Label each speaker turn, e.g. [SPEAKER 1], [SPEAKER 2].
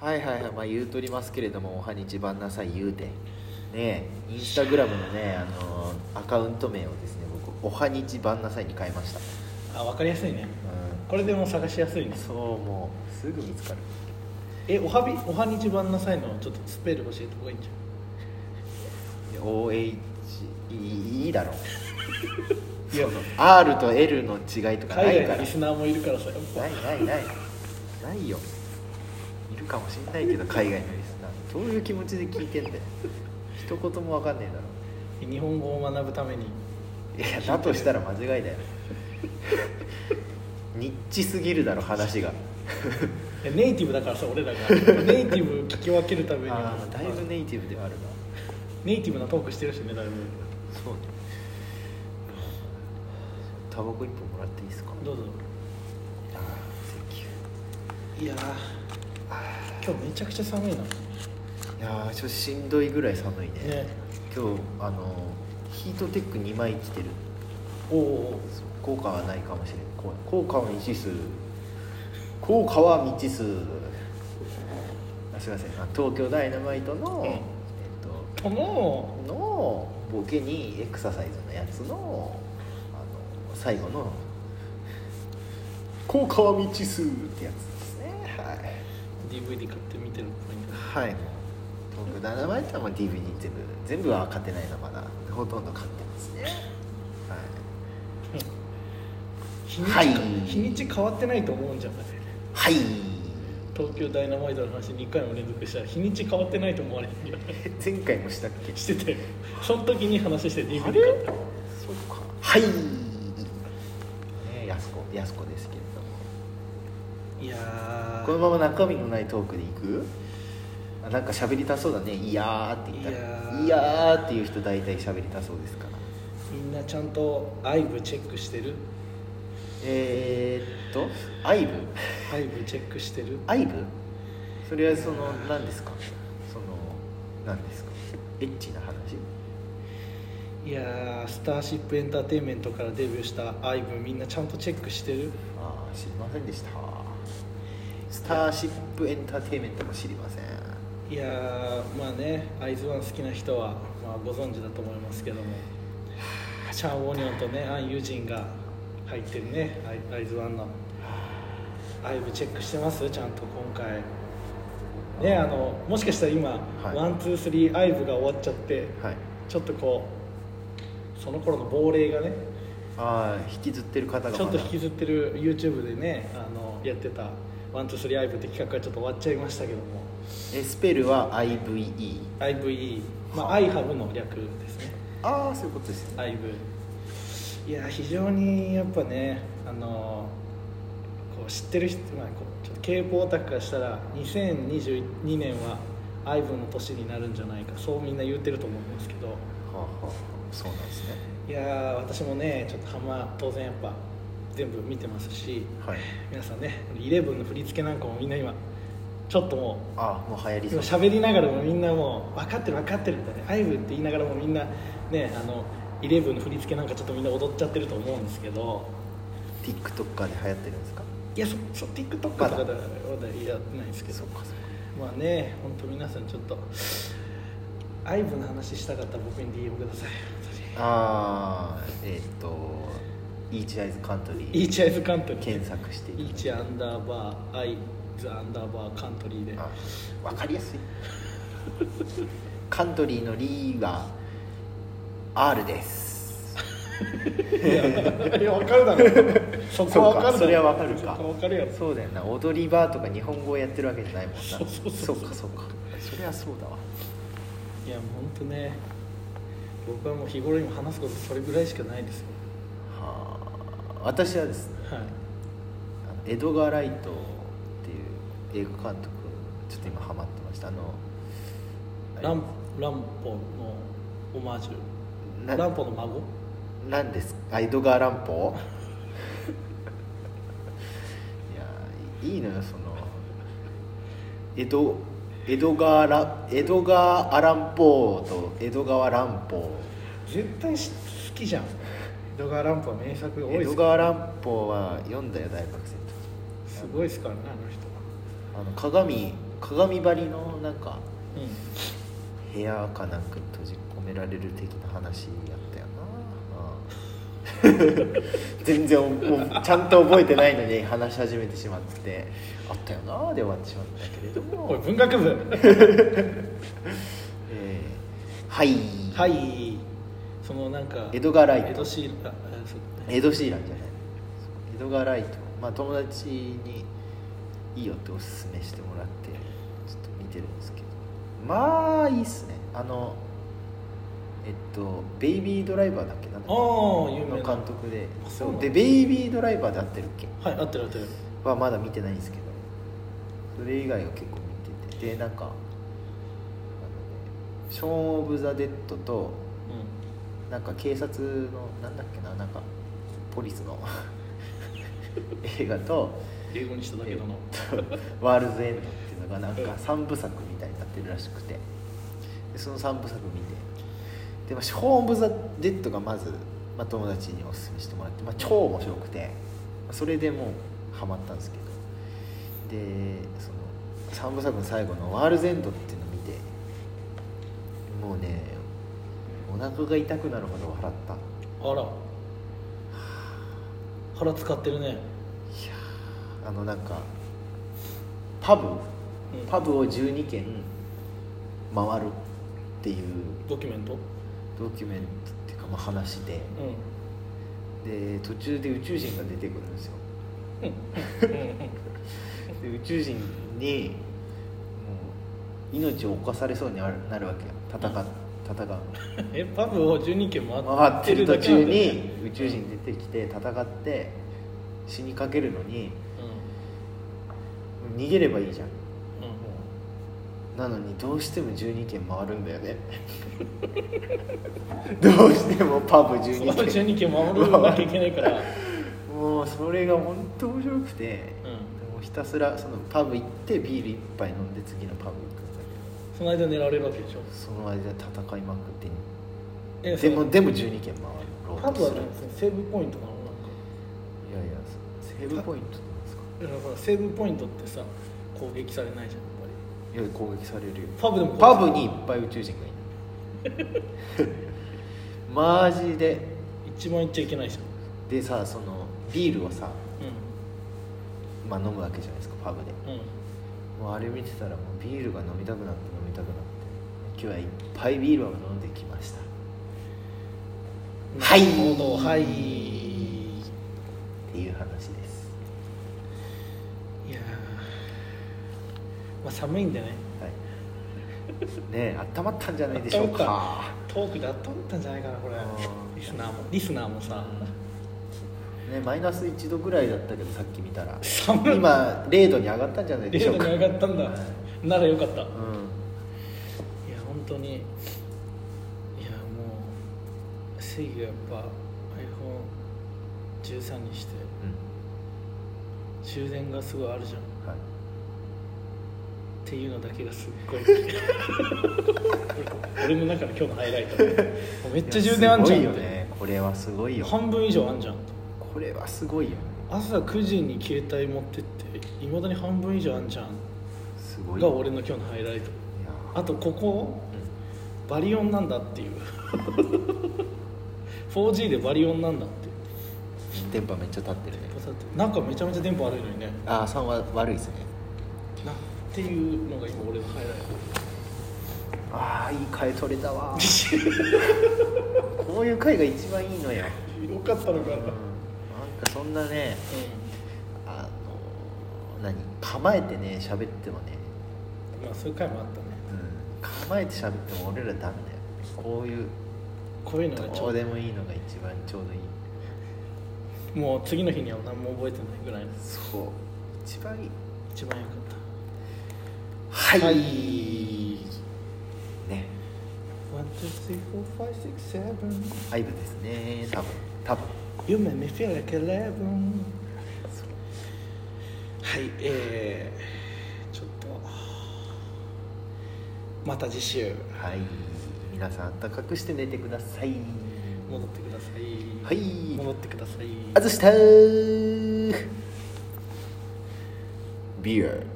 [SPEAKER 1] はいはいはい、まあ、言うとりますけれどもおはにちばんなさい言うてねインスタグラムのね、あのーアカウント名をですね僕おはにちばんなさいに変えました、
[SPEAKER 2] あ分かりやすいね
[SPEAKER 1] う
[SPEAKER 2] これでもう探しやすいね
[SPEAKER 1] ん、そうもうすぐ見つかる
[SPEAKER 2] えおはびおはにちばんなさいのちょっとスペル教えた方がいいんじゃん
[SPEAKER 1] OH いいだろ
[SPEAKER 2] いや
[SPEAKER 1] R と L の違いとかな
[SPEAKER 2] 海
[SPEAKER 1] い
[SPEAKER 2] 外
[SPEAKER 1] か
[SPEAKER 2] の
[SPEAKER 1] ら
[SPEAKER 2] リスナーもいるからさやっぱ
[SPEAKER 1] ないないないないよいるかもしんないけど海外のリスナーどういう気持ちで聞いてんだよ一言も分かんねえだろ
[SPEAKER 2] 日本語を学ぶために
[SPEAKER 1] いやだとしたら間違い だよニッチすぎるだろ話が
[SPEAKER 2] えネイティブだからさ俺 らがネイティブ聞き分けるために
[SPEAKER 1] あ
[SPEAKER 2] は
[SPEAKER 1] あだいぶネイティブではあるな
[SPEAKER 2] ネイティブなトークしてるしねだいぶ
[SPEAKER 1] そうねタバコ一本もらっていいですか
[SPEAKER 2] どうぞ
[SPEAKER 1] ああ石
[SPEAKER 2] いやー今日めちゃくちゃ寒いなね
[SPEAKER 1] 油いやーちょっとしんどいぐらい寒いね今日あのヒートテック2枚着てる
[SPEAKER 2] おうおう
[SPEAKER 1] 効果はないかもしれないこう効果は未知数効果は未知数あすいませんあ東京ダイナマイトの、
[SPEAKER 2] うん
[SPEAKER 1] えっ
[SPEAKER 2] おうも
[SPEAKER 1] とのボケにエクササイズのやつのあの最後の「効果は未知数」ってやつですねは
[SPEAKER 2] う DVD 買って見てるっぽいん
[SPEAKER 1] い、は
[SPEAKER 2] だ
[SPEAKER 1] い、もう東京ダイナマイトはもう DVD 全部全部は買ってないなまだほとんど買ってますねはい
[SPEAKER 2] 日にち,、
[SPEAKER 1] はい
[SPEAKER 2] 日にち変わってないと思うんじゃない
[SPEAKER 1] はい
[SPEAKER 2] 東京ダイナマイトの話2回も連続したら日にち変わってないと思われるんじゃない
[SPEAKER 1] 前回もしたっけ
[SPEAKER 2] してたよその時に話して DVD 買った
[SPEAKER 1] そうかはいねやすこやすこですけれども
[SPEAKER 2] いやー
[SPEAKER 1] このまま中身のないトークでいくあなんか喋りたそうだね「いやー」って言ったら「い
[SPEAKER 2] い
[SPEAKER 1] や
[SPEAKER 2] や
[SPEAKER 1] ー」っていう人大体喋りたそうですから
[SPEAKER 2] みんなちゃんと IVE チェックしてる
[SPEAKER 1] えー、っとアイブ
[SPEAKER 2] IVE チェックしてる
[SPEAKER 1] アイブそれはその何ですかその何ですかエッチな話
[SPEAKER 2] いやースターシップエンターテインメントからデビューした IVE みんなちゃんとチェックしてる
[SPEAKER 1] ああ知りませんでしたスターシップエンターテインメントも知りません
[SPEAKER 2] いやーまあねアイズワン好きな人は、まあ、ご存知だと思いますけどもチャン・ウォニョンとねアン・ユジンが入ってるねアイアイズワンの IVE チェックしてますちゃんと今回ねあのもしかしたら今、
[SPEAKER 1] はい
[SPEAKER 2] ワンツースリー IVE が終わっちゃって
[SPEAKER 1] はい
[SPEAKER 2] ちょっとこうその頃の亡霊がね
[SPEAKER 1] ああ引きずってる方が
[SPEAKER 2] ちょっと引き
[SPEAKER 1] ず
[SPEAKER 2] ずってる YouTube でねあのやってた「ワンツースリー i v って企画はちょっと終わっちゃいましたけども
[SPEAKER 1] えスペルは IVE
[SPEAKER 2] IVE ま
[SPEAKER 1] は
[SPEAKER 2] あ
[SPEAKER 1] あ
[SPEAKER 2] IHAB の略ですね
[SPEAKER 1] ああそういうことですよね
[SPEAKER 2] IVE いや非常にやっぱねあのこう知ってる人、まあ、こうちょっと k p o オタクからしたら2022年は IVE の年になるんじゃないかそうみんな言ってると思うんですけど
[SPEAKER 1] はあ、はあはあ、そうなんですね
[SPEAKER 2] いやー私もねちょっとハマ当然やっぱ全部見てますし
[SPEAKER 1] はい
[SPEAKER 2] 皆さんね「イレブンの振り付けなんかもみんな今ちょっとも
[SPEAKER 1] ああもう流行
[SPEAKER 2] う
[SPEAKER 1] りそ
[SPEAKER 2] 今
[SPEAKER 1] う
[SPEAKER 2] 喋りながらもみんなもう分かってる分かってるみたいな「アイブ」って言いながらもみんなねあのイレブンの振り付けなんかちょっとみんな踊っちゃってると思うんですけど
[SPEAKER 1] TikToker で流行ってるんですか
[SPEAKER 2] いやそそ TikTok とかではやってないですけど
[SPEAKER 1] うかそう
[SPEAKER 2] まあね本当皆さんちょっと「アイブ」の話したかったら僕に DM ください
[SPEAKER 1] かああえーっと Each Eyes Country
[SPEAKER 2] イーチアイズカントリー
[SPEAKER 1] 検索して
[SPEAKER 2] イーチアンダーバーアイズアンダーバーカントリーで
[SPEAKER 1] あ分かりやすいカントリーのリーは R です
[SPEAKER 2] いや、わかるだろ。そこわかるだ ろ。
[SPEAKER 1] それはわかるか
[SPEAKER 2] そこわかるやろ。
[SPEAKER 1] そうだよな踊り場とか日本語をやってるわけじゃないもんな
[SPEAKER 2] そうそうそう
[SPEAKER 1] かそうかそりゃそうだわ
[SPEAKER 2] いや、本当ね。僕はもう日頃にも話すこと、それぐらいしかないですよ。
[SPEAKER 1] はあ私はですね
[SPEAKER 2] はい。
[SPEAKER 1] あのエドガー・ライトっていう映画監督ちょっと今ハマってましたあの
[SPEAKER 2] ラン、ランポのオマージ
[SPEAKER 1] な
[SPEAKER 2] ュ。ランポの孫。
[SPEAKER 1] なんですあエドガー・ランポいやいいのよそのエドエドガーラエドガー・アランポーと江戸川乱歩
[SPEAKER 2] 絶対し好きじゃん。ドガーランポは名作多い
[SPEAKER 1] 江
[SPEAKER 2] で
[SPEAKER 1] 戸
[SPEAKER 2] すか
[SPEAKER 1] 川乱歩は読んだよ大学生の時
[SPEAKER 2] すごいですからね、あの人は。
[SPEAKER 1] あの鏡鏡張りのなんか
[SPEAKER 2] うん
[SPEAKER 1] 部屋かなんかに閉じ込められる的な話やったよな、うん全然もうちゃんと覚えてないのに話し始めてしまってあったよなで終わってしまったけれども
[SPEAKER 2] おい文学部
[SPEAKER 1] えーはい、
[SPEAKER 2] はいそのなんか
[SPEAKER 1] エドガーライト
[SPEAKER 2] エドシーラあそう
[SPEAKER 1] エド・シーランじゃないエドガー・ライトまあ友達にいいよっておすすめしてもらってちょっと見てるんですけどまあいいっすねあのえっと「ベイビードライバー」だっけなんだっけ
[SPEAKER 2] あー有名
[SPEAKER 1] の
[SPEAKER 2] な
[SPEAKER 1] 監督で
[SPEAKER 2] あそう
[SPEAKER 1] そ
[SPEAKER 2] な
[SPEAKER 1] うん
[SPEAKER 2] だ
[SPEAKER 1] で「ベイビードライバー」で合ってるっけ
[SPEAKER 2] はい合ってる合ってる
[SPEAKER 1] はまだ見てないんですけどそれ以外は結構見ててでなんかあの、ね「ショーン・オブ・ザ・デッド」となんか警察のなんだっけななんかポリスの 映画と
[SPEAKER 2] うん英語にしただけなの
[SPEAKER 1] 「 ワールズ・エンド」っていうのがなんか3部作みたいになってるらしくてでその3部作見てでも「ショーン・オブ・ザ・デッド」がまず、まあ、友達におすすめしてもらって、まあ、超面白くてそれでもうハマったんですけどでその3部作の最後の「ワールズ・エンド」っていうのを見てもうねお腹が痛くなるほど笑った。
[SPEAKER 2] あら腹使ってるね
[SPEAKER 1] いやーあのなんかパブ、
[SPEAKER 2] ん
[SPEAKER 1] パブを12軒回るっていう
[SPEAKER 2] ドキュメント
[SPEAKER 1] ドキュメントっていうかまあ話で
[SPEAKER 2] う
[SPEAKER 1] で途中で宇宙人が出てくるんですよ
[SPEAKER 2] んうんうんうん
[SPEAKER 1] で宇宙人にもう命を侵されそうになるなるわけよ戦う戦う
[SPEAKER 2] えパブを12軒
[SPEAKER 1] 回
[SPEAKER 2] 回っ
[SPEAKER 1] って
[SPEAKER 2] てる
[SPEAKER 1] る
[SPEAKER 2] だ
[SPEAKER 1] 途
[SPEAKER 2] けな
[SPEAKER 1] 中
[SPEAKER 2] んだよね
[SPEAKER 1] に宇宙人出てきて戦って死にかけるのに逃げればいいじゃん
[SPEAKER 2] うんうん
[SPEAKER 1] なのにどうしても12軒回るんだよね どうしてもパブ
[SPEAKER 2] その
[SPEAKER 1] 12軒
[SPEAKER 2] 12軒守らなきゃいけないから
[SPEAKER 1] もうそれが本当面白くて
[SPEAKER 2] うん
[SPEAKER 1] もうひたすらそのパブ行ってビール一杯飲んで次のパブ行くんだけ
[SPEAKER 2] その間狙われるわけでし
[SPEAKER 1] ど
[SPEAKER 2] ょ
[SPEAKER 1] その間戦いまくって
[SPEAKER 2] え
[SPEAKER 1] でも
[SPEAKER 2] その
[SPEAKER 1] でも12軒回ろ
[SPEAKER 2] パ
[SPEAKER 1] う
[SPEAKER 2] ブ
[SPEAKER 1] と
[SPEAKER 2] は
[SPEAKER 1] する
[SPEAKER 2] なんかセーブポイントなのなんか
[SPEAKER 1] いやいやそうセーブポイントなんですか
[SPEAKER 2] だからほらセーブポイントってさ攻撃されないじゃん
[SPEAKER 1] い
[SPEAKER 2] やっぱり
[SPEAKER 1] や攻撃されるよ
[SPEAKER 2] パブでも
[SPEAKER 1] パブにいっぱい宇宙人がいる マジで
[SPEAKER 2] 一番行っちゃいけないじゃん
[SPEAKER 1] でさそのビールをさ
[SPEAKER 2] う
[SPEAKER 1] まあ飲むわけじゃないですかパブで
[SPEAKER 2] んうん
[SPEAKER 1] もうあれ見てたらもうビールが飲みたくなって飲みたくなって今日はいっぱいビールを飲んできましたはい
[SPEAKER 2] なるほどはい
[SPEAKER 1] っていう話です
[SPEAKER 2] いやーまあ寒いんでね
[SPEAKER 1] はい ねえあったまったんじゃないでしょうか
[SPEAKER 2] トークであったまったんじゃないかなこれ
[SPEAKER 1] うん
[SPEAKER 2] リスナーもリスナーもさ
[SPEAKER 1] ねマイナス1度ぐらいだったけどさっき見たら
[SPEAKER 2] 寒い
[SPEAKER 1] 今0度に上がったんじゃないで
[SPEAKER 2] レ
[SPEAKER 1] し
[SPEAKER 2] ー
[SPEAKER 1] ょう
[SPEAKER 2] ド
[SPEAKER 1] か
[SPEAKER 2] に上がったんだ
[SPEAKER 1] はい
[SPEAKER 2] ならよかったいや
[SPEAKER 1] う
[SPEAKER 2] 本当にいやもう正義がやっぱ iPhone13 にして
[SPEAKER 1] ん、
[SPEAKER 2] 充電がすごいあるじゃんっ
[SPEAKER 1] うん、はい
[SPEAKER 2] ていうのだけがすっ ごい俺の中の今日のハイライトめっちゃ充電あんじゃんっ
[SPEAKER 1] い
[SPEAKER 2] て
[SPEAKER 1] やすごいよねこれはすごいよ
[SPEAKER 2] 半分以上あんじゃん
[SPEAKER 1] これはすごいよ
[SPEAKER 2] 朝9時に携帯持ってっていまだに半分以上あんじゃん
[SPEAKER 1] すごい
[SPEAKER 2] が
[SPEAKER 1] よ
[SPEAKER 2] 俺の今日のハイラ
[SPEAKER 1] い
[SPEAKER 2] イト
[SPEAKER 1] や
[SPEAKER 2] あとここバリオンなんだっていう 4G でバリオンなんだっていう
[SPEAKER 1] 電波めっちゃ立ってるね
[SPEAKER 2] なんかめちゃめちゃ電波悪いのにね
[SPEAKER 1] ああ3は悪いですね
[SPEAKER 2] なっていうのが今俺のハイライ
[SPEAKER 1] ああいい回取れたわ
[SPEAKER 2] ト
[SPEAKER 1] こういう回が一番いいのよ、
[SPEAKER 2] よかったのかな
[SPEAKER 1] うん、なんかそんなね
[SPEAKER 2] う
[SPEAKER 1] あの何構えてね喋ってもね、
[SPEAKER 2] んまあそういう回もあったね
[SPEAKER 1] うん、構えて喋っても俺らダメだよこういう
[SPEAKER 2] こういうのがち
[SPEAKER 1] ど
[SPEAKER 2] ょ
[SPEAKER 1] う
[SPEAKER 2] う
[SPEAKER 1] でもいいのが一番ちょうどいい
[SPEAKER 2] どもう次の日には何も覚えてないぐらいの
[SPEAKER 1] そう一番いい
[SPEAKER 2] 一番良かった
[SPEAKER 1] はい、
[SPEAKER 2] はい
[SPEAKER 1] ね
[SPEAKER 2] 1 2 3 4 5 6 7
[SPEAKER 1] アイブですね多分多分
[SPEAKER 2] You make me feel like eleven はいえー、ちょっとまた次週
[SPEAKER 1] はい皆さん暖かくして寝てください
[SPEAKER 2] 戻ってください
[SPEAKER 1] はい
[SPEAKER 2] 戻ってください
[SPEAKER 1] 外したービア